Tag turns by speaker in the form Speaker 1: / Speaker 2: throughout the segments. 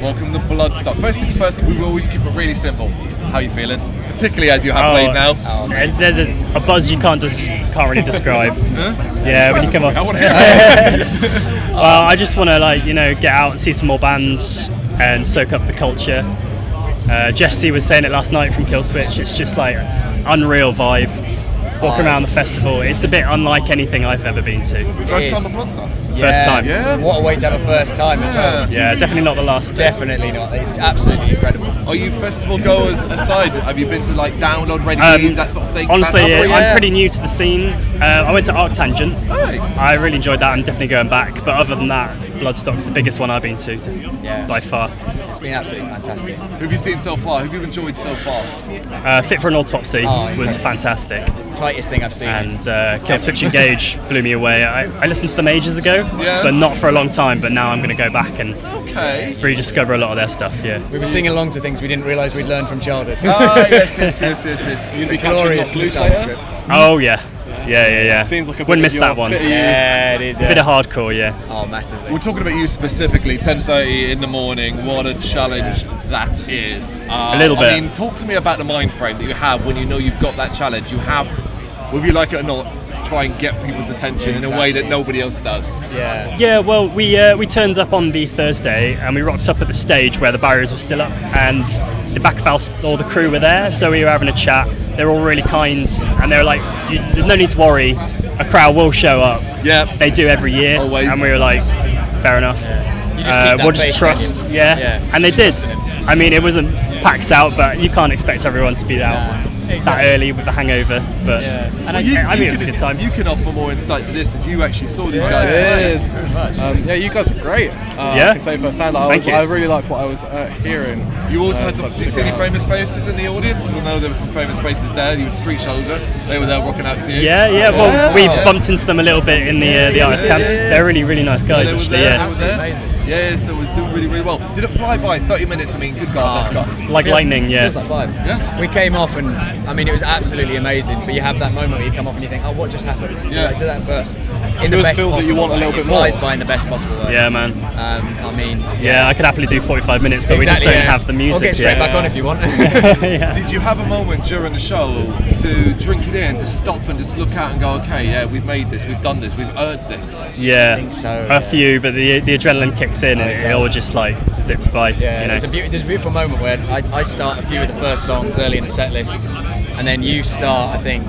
Speaker 1: welcome the blood stuff. First things first, we will always keep it really simple. How you feeling? Particularly as you
Speaker 2: Oh,
Speaker 1: have played now.
Speaker 2: and there's a- a buzz you can't des- can't really describe. yeah, when you come up.
Speaker 1: I want to hear.
Speaker 2: well, I just want to like you know get out and see some more bands and soak up the culture. Uh, Jesse was saying it last night from Kill Switch. It's just like unreal vibe. Walk around the festival. It's a bit unlike anything I've ever been to.
Speaker 1: First time the blood stuff.
Speaker 2: First time.
Speaker 1: Yeah.
Speaker 3: What a way to have a first time as well.
Speaker 1: Yeah.
Speaker 2: Yeah, definitely not the last.
Speaker 3: Definitely not. It's absolutely incredible.
Speaker 1: Are you festival goers aside? Have you been to like download
Speaker 2: Um,
Speaker 1: readies, that sort of thing?
Speaker 2: Honestly,
Speaker 1: That's
Speaker 2: yeah,
Speaker 1: upper-
Speaker 2: I'm pretty new to the scene. Uh, I went to Arctangent.
Speaker 1: Hey.
Speaker 2: I really enjoyed that. I'm definitely going back. But other than that, Bloodstock's the biggest one I've been to
Speaker 3: Yeah.
Speaker 2: by far.
Speaker 3: It's been absolutely fantastic.
Speaker 1: Who have you seen so far? Who have you enjoyed so far?
Speaker 2: Uh, Fit for an Autopsy
Speaker 3: Oh, yeah.
Speaker 2: was fantastic.
Speaker 3: Tightest thing I've seen.
Speaker 2: And uh, Kill Switch Engage blew me away. I, I listened to them ages ago,
Speaker 1: Yeah.
Speaker 2: but not for a long time. But now I'm going to go back and
Speaker 1: Okay.
Speaker 2: rediscover a lot of their stuff. Yeah.
Speaker 3: we were singing along to things we didn't realise we'd learned from childhood.
Speaker 1: Ah, yes, yes, yes, yes, yes. You'd
Speaker 3: be glorious in the China trip.
Speaker 2: Oh yeah. Yeah, yeah, yeah.
Speaker 4: Seems like a bit
Speaker 2: Wouldn't
Speaker 4: of
Speaker 2: miss
Speaker 4: your-
Speaker 2: that one.
Speaker 4: bit of
Speaker 2: A
Speaker 4: your-
Speaker 3: Yeah, it is.
Speaker 2: bit
Speaker 3: yeah.
Speaker 2: of hardcore, yeah.
Speaker 3: oh, massively.
Speaker 1: We're talking about you specifically, 10:30 in the morning. What a challenge that is! Uh,
Speaker 2: A little
Speaker 1: I
Speaker 2: bit.
Speaker 1: mean, talk to me about the mind frame that you have when you know you've got that challenge. You have, whether you like it or not, to try and get people's attention in a way that nobody else does.
Speaker 3: yeah.
Speaker 2: Yeah, well, we uh, we turned up on the Thursday and we rocked up at the stage where the barriers were still up, and the back of house, all the crew were there, so we were having a chat. They were all really kind, and they were like, you, "There's no need to worry, a crowd will show up.
Speaker 1: Yeah.
Speaker 2: they do every year."
Speaker 1: Always.
Speaker 2: And we were like, "Fair enough. Uh,
Speaker 3: You just keep that
Speaker 2: we'll
Speaker 3: faith,
Speaker 2: just
Speaker 3: don't you?
Speaker 2: trust." Yeah.
Speaker 3: Yeah.
Speaker 2: and they did. I mean, it wasn't packed out, but you can't expect everyone to be out
Speaker 3: Nah,
Speaker 2: that
Speaker 3: exactly.
Speaker 2: early with a hangover. But
Speaker 3: Yeah. And
Speaker 2: I,
Speaker 3: I-
Speaker 1: You,
Speaker 2: I mean,
Speaker 1: you
Speaker 2: it was a
Speaker 1: can-
Speaker 2: good time.
Speaker 1: You can offer more insight to this as you actually saw these guys play.
Speaker 4: Yeah,
Speaker 3: Very much.
Speaker 4: Um, yeah, you guys are great. Uh,
Speaker 2: Yeah?
Speaker 4: I can say firsthand. Like, I,
Speaker 2: Thank
Speaker 4: was,
Speaker 2: you.
Speaker 4: I really liked what I was uh, hearing.
Speaker 1: You also
Speaker 4: Uh,
Speaker 1: had some.
Speaker 4: so-
Speaker 1: Did you see any famous faces in the audience? Because I know there were some famous faces there. You had Street Shoulder. They were there rocking out to you.
Speaker 2: Yeah, yeah. Well,
Speaker 4: Yeah.
Speaker 2: we've bumped into them a little bit in the uh, the artist
Speaker 1: yeah,
Speaker 2: camp.
Speaker 1: yeah, yeah.
Speaker 2: They're really really nice guys,
Speaker 1: they were
Speaker 2: actually.
Speaker 1: there, they
Speaker 2: Yeah,
Speaker 1: were there. Yeah, yeah, so it was doing really, really well. Did it fly by? 30 minutes, I mean, good God, let's go.
Speaker 2: like lightning. Yeah.
Speaker 3: Feels like five.
Speaker 1: Yeah.
Speaker 3: We came off and I mean it was absolutely amazing. But you have that moment where you come off and you think, oh, what just happened? Did
Speaker 1: Yeah.
Speaker 3: I do that, but in the
Speaker 4: does
Speaker 3: best
Speaker 4: feel
Speaker 3: possible
Speaker 4: that you want a
Speaker 3: way.
Speaker 4: little bit
Speaker 3: it flies
Speaker 4: more.
Speaker 3: by in the best possible way.
Speaker 2: Yeah, man.
Speaker 3: Um, I mean,
Speaker 2: Yeah, I could happily do 45 minutes, but we just
Speaker 3: exactly,
Speaker 2: don't
Speaker 3: yeah.
Speaker 2: have the music
Speaker 3: I'll get straight
Speaker 2: yet.
Speaker 3: back on if you want.
Speaker 2: yeah.
Speaker 1: Did you have a moment during the show to drink it in, to stop and just look out and go, okay, yeah, we've made this, we've done this, we've earned this?
Speaker 2: Yeah.
Speaker 3: think so,
Speaker 2: A few, but the the adrenaline kicks in and
Speaker 3: it
Speaker 2: it, all
Speaker 3: does.
Speaker 2: just like zips by.
Speaker 3: Yeah,
Speaker 2: you know.
Speaker 3: there's, a beau- there's a beautiful moment where I, I start a few of the first songs early in the set list, and then you start, I think,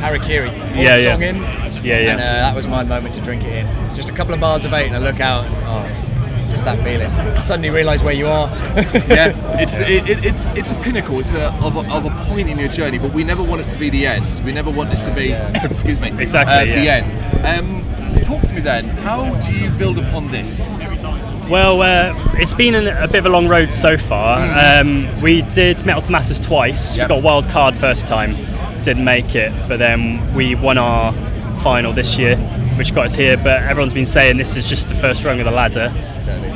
Speaker 3: Harakiri. fourth
Speaker 2: Yeah, yeah.
Speaker 3: song in.
Speaker 2: Yeah, yeah.
Speaker 3: And uh, that was my moment to drink it in. Just a couple of bars of eight, and I look out, and oh, it's just that feeling. Suddenly realise where you are.
Speaker 1: yeah, it's it, it, it's it's a pinnacle. It's a of, a of a point in your journey, but we never want it to be the end. We never want this to be, excuse me,
Speaker 2: Exactly,
Speaker 1: uh, the
Speaker 2: yeah.
Speaker 1: end. Um, so talk to me then. How do you build upon this?
Speaker 2: Well, uh, it's been an, a bit of a long road so far. Um, we did Metal to Masses twice.
Speaker 1: Hmm. Yep.
Speaker 2: We got wild card first time, didn't make it, but then we won our final this year, which got us here. But everyone's been saying this is just the first rung of the ladder.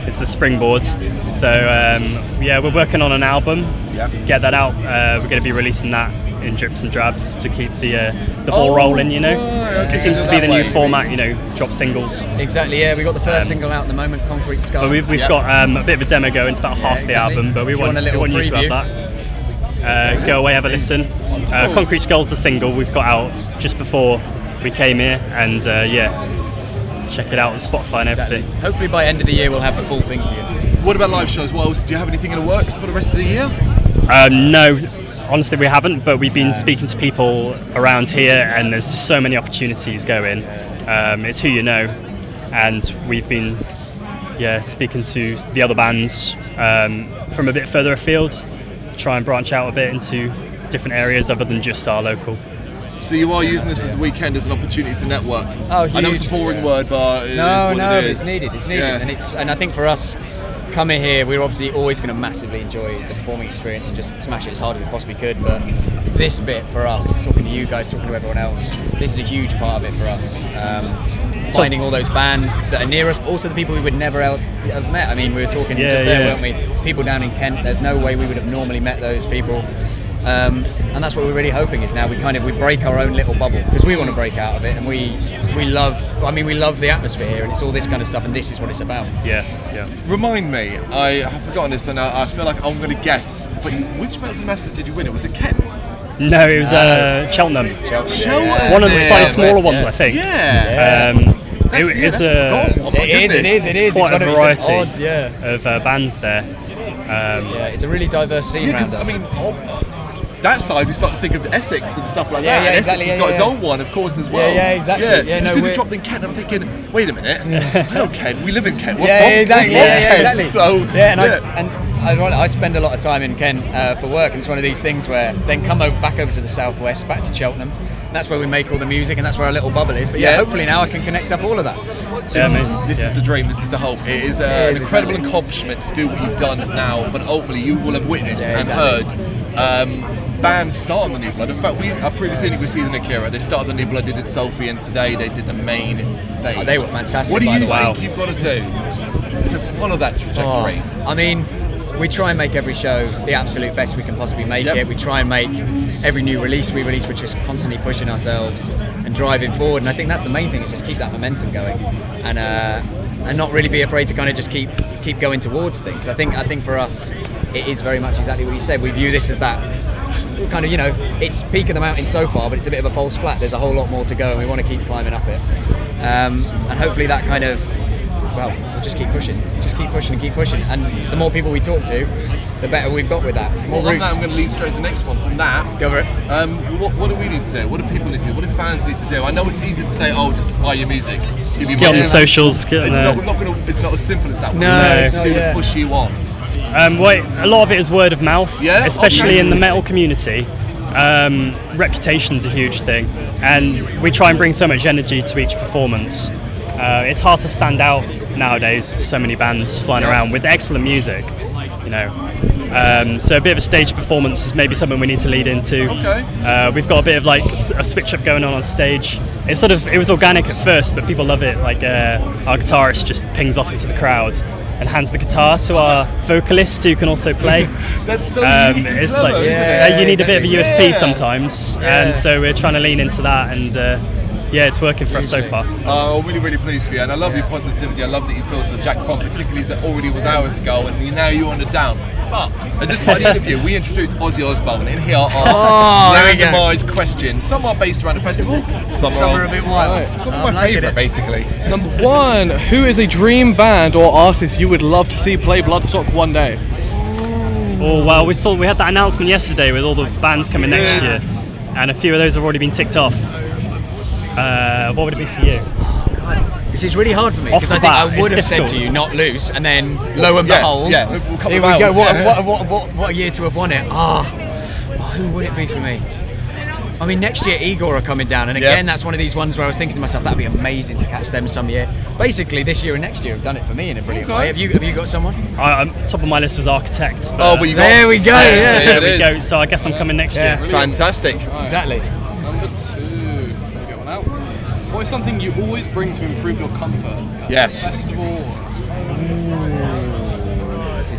Speaker 2: It's the springboard. So um, yeah, we're working on an album.
Speaker 1: Yep.
Speaker 2: Get that out. Uh, we're going to be releasing that in drips and drabs to keep the uh, the ball
Speaker 1: Oh,
Speaker 2: rolling. You know,
Speaker 1: right, okay,
Speaker 2: it seems to
Speaker 1: that
Speaker 2: be the new
Speaker 1: way.
Speaker 2: format. You know, drop singles
Speaker 3: Exactly, yeah. We got the first
Speaker 2: Um,
Speaker 3: single out at the moment, Concrete Skull.
Speaker 2: but we've, we've
Speaker 1: Yep.
Speaker 2: got um, a bit of a demo going. It's about half the
Speaker 3: exactly.
Speaker 2: album, but we
Speaker 3: If you
Speaker 2: want,
Speaker 3: want a
Speaker 2: we
Speaker 3: little
Speaker 2: want you to
Speaker 3: preview.
Speaker 2: have that. Uh, go away, have a listen. Uh, Concrete Skull's the single we've got out just before we came here, and uh, yeah, check it out on Spotify and
Speaker 3: Exactly.
Speaker 2: everything.
Speaker 3: Hopefully by end of the year we'll have the full thing to you.
Speaker 1: What about live shows? What else? Do you have anything in the works for the rest of the year?
Speaker 2: Um, no, honestly, we haven't, but we've been speaking to people around here, and there's just so many opportunities going. Um, it's who you know, and we've been yeah speaking to the other bands um, from a bit further afield, try and branch out a bit into different areas other than just our local.
Speaker 1: So you are using this as a weekend as an opportunity to network.
Speaker 3: Oh,
Speaker 1: I know it's a
Speaker 3: huge.
Speaker 1: boring word, but it is
Speaker 3: No,
Speaker 1: what
Speaker 3: no,
Speaker 1: it
Speaker 3: it's
Speaker 1: is.
Speaker 3: needed. It's needed,
Speaker 1: Yeah.
Speaker 3: and it's and I think for us coming here, we we're obviously always going to massively enjoy the performing experience and just smash it as hard as we possibly could. But this bit for us, talking to you guys, talking to everyone else, this is a huge part of it for us. Um, finding all those bands that are near us, but also the people we would never el- have met. I mean, we were talking
Speaker 2: Yeah,
Speaker 3: just there,
Speaker 2: yeah.
Speaker 3: weren't we? People down in Kent. There's no way we would have normally met those people. Um, and that's what we're really hoping is now we kind of we break our own little bubble because we want to break out of it and we we love I mean we love the atmosphere here and it's all this kind of stuff and this is what it's about.
Speaker 2: Yeah, yeah.
Speaker 1: Remind me, I have forgotten this, and I, I feel like I'm going to guess. But which Mountain Masters did you win? It was it Kent.
Speaker 2: No, it was uh, Cheltenham.
Speaker 1: Cheltenham.
Speaker 2: One of the
Speaker 1: Yeah, yeah,
Speaker 2: slightly smaller ones, I think.
Speaker 1: Yeah.
Speaker 2: Um,
Speaker 1: That's-
Speaker 2: it
Speaker 1: yeah,
Speaker 2: is
Speaker 1: that's forgotten. Oh
Speaker 2: a
Speaker 1: my
Speaker 3: It is, it
Speaker 1: goodness.
Speaker 3: is, it is.
Speaker 2: quite
Speaker 3: it's
Speaker 2: a
Speaker 3: got
Speaker 2: variety
Speaker 3: It's an odd, yeah.
Speaker 2: of uh, bands there. Um,
Speaker 3: Yeah, it's a really diverse scene
Speaker 1: Yeah,
Speaker 3: around
Speaker 1: because I
Speaker 3: us.
Speaker 1: mean, oh, that side we start to think of Essex and stuff like
Speaker 3: Yeah,
Speaker 1: that.
Speaker 3: yeah,
Speaker 1: and Essex
Speaker 3: exactly,
Speaker 1: has
Speaker 3: yeah,
Speaker 1: got
Speaker 3: yeah,
Speaker 1: its
Speaker 3: yeah.
Speaker 1: own one, of course, as well.
Speaker 3: yeah, exactly,
Speaker 1: Yeah,
Speaker 3: yeah,
Speaker 1: just
Speaker 3: no,
Speaker 1: did the
Speaker 3: we're-
Speaker 1: drop in Kent. I'm thinking, wait a minute, I know Kent. We live in Kent. We're
Speaker 3: yeah,
Speaker 1: from-
Speaker 3: yeah, exactly.
Speaker 1: we're
Speaker 3: Yeah, yeah,
Speaker 1: Kent,
Speaker 3: exactly.
Speaker 1: So
Speaker 3: yeah, and I and I, I spend a lot of time in Kent uh, for work, and it's one of these things where then come over, back over to the southwest, back to Cheltenham. And that's where we make all the music, and that's where our little bubble is. But yeah,
Speaker 1: Yeah.
Speaker 3: hopefully now I can connect up all of that.
Speaker 2: yeah, I
Speaker 1: This,
Speaker 2: mean,
Speaker 1: this
Speaker 2: yeah.
Speaker 1: is the dream. This is the hope. It is uh,
Speaker 3: It is,
Speaker 1: an incredible
Speaker 3: exactly.
Speaker 1: accomplishment to do what you've done now, but ultimately you will have witnessed
Speaker 3: Yeah,
Speaker 1: and
Speaker 3: exactly.
Speaker 1: heard um, bands start on the New Blood. In fact, we I previously was seeing the Akira. They started the New Blood, they did Sophie, and today they did the main stage.
Speaker 3: Oh, they were fantastic,
Speaker 1: What do
Speaker 3: by
Speaker 1: you
Speaker 3: the
Speaker 1: think
Speaker 3: way.
Speaker 1: you've got to do to follow that trajectory?
Speaker 3: Oh, I mean, we try and make every show the absolute best we can possibly make
Speaker 1: Yep.
Speaker 3: it. We try and make every new release we release, we're just constantly pushing ourselves and driving forward. And I think that's the main thing is just keep that momentum going, and uh, and not really be afraid to kind of just keep keep going towards things. I think I think for us, it is very much exactly what you said. We view this as that kind of you know it's peak of the mountain so far, but it's a bit of a false flat. There's a whole lot more to go, and we want to keep climbing up it. Um, and hopefully that kind of well, we'll just keep pushing, just keep pushing and keep pushing. And the more people we talk to, the better we've got with that. More
Speaker 1: Well, on that, I'm
Speaker 3: roots.
Speaker 1: going to lead straight to the next one. From that,
Speaker 3: Go for it.
Speaker 1: um, what, what do we need to do? What do people need to do? What do fans need to do? I know it's easy to say, oh, just buy your music. Give you
Speaker 2: Get on
Speaker 1: money.
Speaker 2: the socials. Get on
Speaker 1: It's
Speaker 2: the-
Speaker 1: not, not gonna, it's not as simple as that.
Speaker 3: No,
Speaker 1: it's
Speaker 2: it's
Speaker 1: to
Speaker 3: not,
Speaker 1: do with
Speaker 3: yeah.
Speaker 1: push you on.
Speaker 2: Um, well, a lot of it is word of mouth,
Speaker 1: Yeah,
Speaker 2: especially
Speaker 1: okay.
Speaker 2: in the metal community. Um, reputation's a huge thing, and we try and bring so much energy to each performance. Uh, it's hard to stand out nowadays. So many bands flying around with excellent music, you know. Um, so a bit of a stage performance is maybe something we need to lead into.
Speaker 1: Okay.
Speaker 2: Uh, we've got a bit of like s- a switch up going on on stage. It's sort of it was organic at first, but people love it. Like uh, our guitarist just pings off into the crowd and hands the guitar to our vocalist who can also play.
Speaker 1: That's so
Speaker 2: Um,
Speaker 1: unique and
Speaker 2: it's
Speaker 1: clever,
Speaker 2: like
Speaker 1: isn't
Speaker 3: Yeah,
Speaker 1: it?
Speaker 2: uh, you need a bit of a
Speaker 3: exactly.
Speaker 2: USP
Speaker 1: Yeah.
Speaker 2: sometimes,
Speaker 3: Yeah.
Speaker 2: and so we're trying to lean into that. And uh, yeah, it's working for us so
Speaker 3: Hugely.
Speaker 2: far.
Speaker 1: Uh, I'm really, really pleased for you, and I love
Speaker 3: Yeah.
Speaker 1: your positivity. I love that you feel so Jack Font, particularly as it already was hours ago, and you, now you're on the down. But as this part of the interview, we introduce Ozzy Osbourne, and here are
Speaker 3: Oh, there we go.
Speaker 1: randomised questions. Some are based around a festival, some,
Speaker 3: Some
Speaker 1: are
Speaker 3: are a bit wild.
Speaker 1: Right. Some
Speaker 3: I'm
Speaker 1: are my
Speaker 3: liking
Speaker 1: favourite,
Speaker 3: it.
Speaker 1: basically.
Speaker 4: Number one, who is a dream band or artist you would love to see play Bloodstock one day?
Speaker 2: Oh well, we saw we had that announcement yesterday with all the bands coming next
Speaker 1: Yeah.
Speaker 2: year, and a few of those have already been ticked off. Uh, what would it be for you?
Speaker 3: This is really hard for me
Speaker 2: Off
Speaker 3: because
Speaker 2: the
Speaker 3: I think
Speaker 2: bat,
Speaker 3: I would have
Speaker 2: it's
Speaker 3: said
Speaker 2: difficult.
Speaker 3: to you not loose, and then lo and
Speaker 1: Yeah,
Speaker 3: behold,
Speaker 1: yeah, a couple
Speaker 3: here
Speaker 1: of
Speaker 3: we
Speaker 1: hours,
Speaker 3: go. What,
Speaker 1: yeah.
Speaker 3: what, what, what, what a year to have won it. Ah, oh, who would it be for me? I mean, next year Igor are coming down, and
Speaker 1: Yeah.
Speaker 3: again, that's one of these ones where I was thinking to myself, that'd be amazing to catch them some year. Basically, this year and next year have done it for me in a brilliant
Speaker 1: Okay.
Speaker 3: way. Have you? Have you got someone?
Speaker 2: I, um, top of my list was Architect.
Speaker 1: Oh, but you got
Speaker 3: There we go. Yeah,
Speaker 1: yeah,
Speaker 2: there
Speaker 1: it
Speaker 2: we
Speaker 1: is.
Speaker 2: go. So I guess I'm coming next
Speaker 3: Yeah.
Speaker 2: year.
Speaker 1: Fantastic.
Speaker 3: Exactly.
Speaker 4: Number two, Can we get one out. What is something you always bring to improve your comfort?
Speaker 1: Yeah.
Speaker 4: Festival.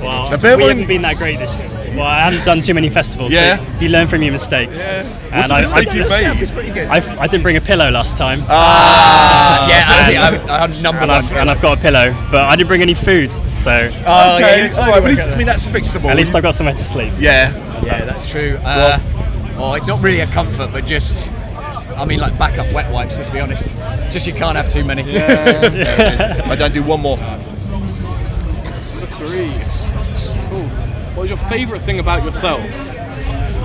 Speaker 2: Well,
Speaker 1: A bit
Speaker 2: we
Speaker 1: of
Speaker 2: haven't
Speaker 1: an-
Speaker 2: been that great this. Well, I haven't done too many festivals.
Speaker 1: Yeah.
Speaker 2: but You learn from your mistakes. Yeah.
Speaker 1: What's
Speaker 2: And
Speaker 1: a
Speaker 2: I,
Speaker 1: mistake you've
Speaker 2: I,
Speaker 1: made?
Speaker 3: It's pretty good.
Speaker 2: I've, I didn't bring a pillow last time,
Speaker 1: Ah,
Speaker 3: Uh, yeah, honestly,
Speaker 2: and-
Speaker 3: I'm, I'm number
Speaker 2: and
Speaker 3: one.
Speaker 2: I've, and I've got a pillow, but I didn't bring any food, so
Speaker 1: Ah.
Speaker 2: at
Speaker 3: Oh, yeah,
Speaker 1: Okay,
Speaker 3: you-
Speaker 1: all right, well, at least, I mean, that's fixable.
Speaker 2: least I've got somewhere to sleep. so
Speaker 1: Yeah.
Speaker 2: that's
Speaker 3: Yeah,
Speaker 2: that.
Speaker 3: that's true. Uh, oh, it's not really a comfort, but just, I mean, like backup wet wipes. Let's be honest. Just you can't have too many.
Speaker 1: I don't do one more.
Speaker 4: Number three. Cool. What is your favorite thing about yourself?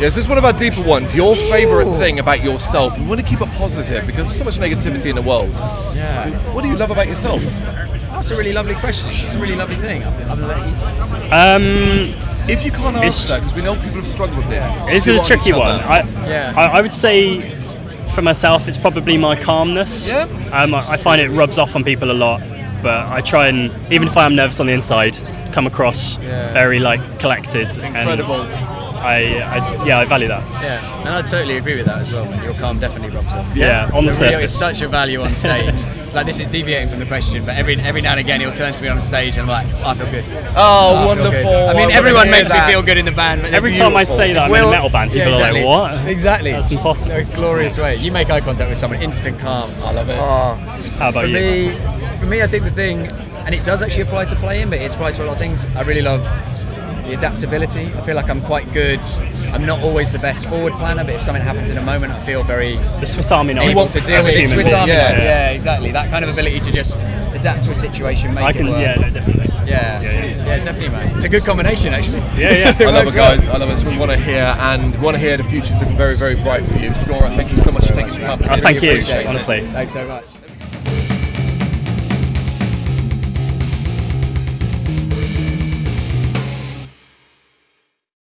Speaker 1: Yes, this is one of our deeper ones. Your favourite thing about yourself. We want to keep it positive because there's so much negativity in the world. So what do you love about yourself?
Speaker 3: That's a really lovely question. It's a really lovely thing. I'm, I'm gonna let you t-
Speaker 2: Um,
Speaker 1: If you can't
Speaker 2: It's-
Speaker 1: answer, because we know people have struggled with this.
Speaker 2: This
Speaker 1: You
Speaker 2: is a
Speaker 1: aren't
Speaker 2: tricky
Speaker 1: each other.
Speaker 2: one. I,
Speaker 3: Yeah.
Speaker 2: I, I would say for myself, it's probably my calmness.
Speaker 1: Yeah.
Speaker 2: Um, I, I find it rubs off on people a lot, but I try and, even if I am nervous on the inside, come across
Speaker 3: Yeah.
Speaker 2: very like collected. and-
Speaker 1: Incredible.
Speaker 2: And, I, I yeah, I value that.
Speaker 3: Yeah, and I totally agree with that as well. Man. Your calm definitely rubs off.
Speaker 2: Yeah, on the
Speaker 3: So Rio is
Speaker 2: surface.
Speaker 3: such a value on stage. like this is deviating from the question, but every every now and again he'll turn to me on stage and I'm like, I feel
Speaker 1: Oh,
Speaker 3: good. I feel good."
Speaker 1: wonderful.
Speaker 3: Ah, I mean,
Speaker 1: wanna
Speaker 3: everyone
Speaker 1: hear
Speaker 3: makes
Speaker 1: that.
Speaker 3: me feel good in the band. But
Speaker 2: Every time I say that, I'm in a metal band, people are like, "What?"
Speaker 3: Exactly.
Speaker 2: That's impossible.
Speaker 3: No, glorious way. You make eye contact with someone, instant calm. I love it.
Speaker 2: How about
Speaker 3: for
Speaker 2: you?
Speaker 3: me, for me, I think the thing, and it does actually apply to playing, but it applies to a lot of things. I really love the adaptability. I feel like I'm quite good. I'm not always the best forward planner, but if something happens in a moment, I feel very
Speaker 2: the Swiss Army knife.
Speaker 3: able to
Speaker 2: of
Speaker 3: deal with it.
Speaker 2: human
Speaker 3: Swiss
Speaker 2: being.
Speaker 3: Army
Speaker 1: yeah.
Speaker 3: knife. Yeah. exactly. That kind of ability to just adapt to a situation, make
Speaker 2: I
Speaker 3: it
Speaker 2: can.
Speaker 3: work.
Speaker 2: Yeah, no, definitely.
Speaker 3: Yeah.
Speaker 2: Yeah, yeah.
Speaker 3: yeah, definitely, mate. It's a good combination, actually.
Speaker 2: Yeah, yeah.
Speaker 1: I love
Speaker 3: works
Speaker 1: it,
Speaker 3: well.
Speaker 1: guys. I love it. So we want to hear, and we want to hear the future's looking very, very bright for you. Scorer, thank you so much for taking the time.
Speaker 2: Oh,
Speaker 1: Really
Speaker 2: thank you,
Speaker 1: appreciate it.
Speaker 2: honestly.
Speaker 3: Thanks so much.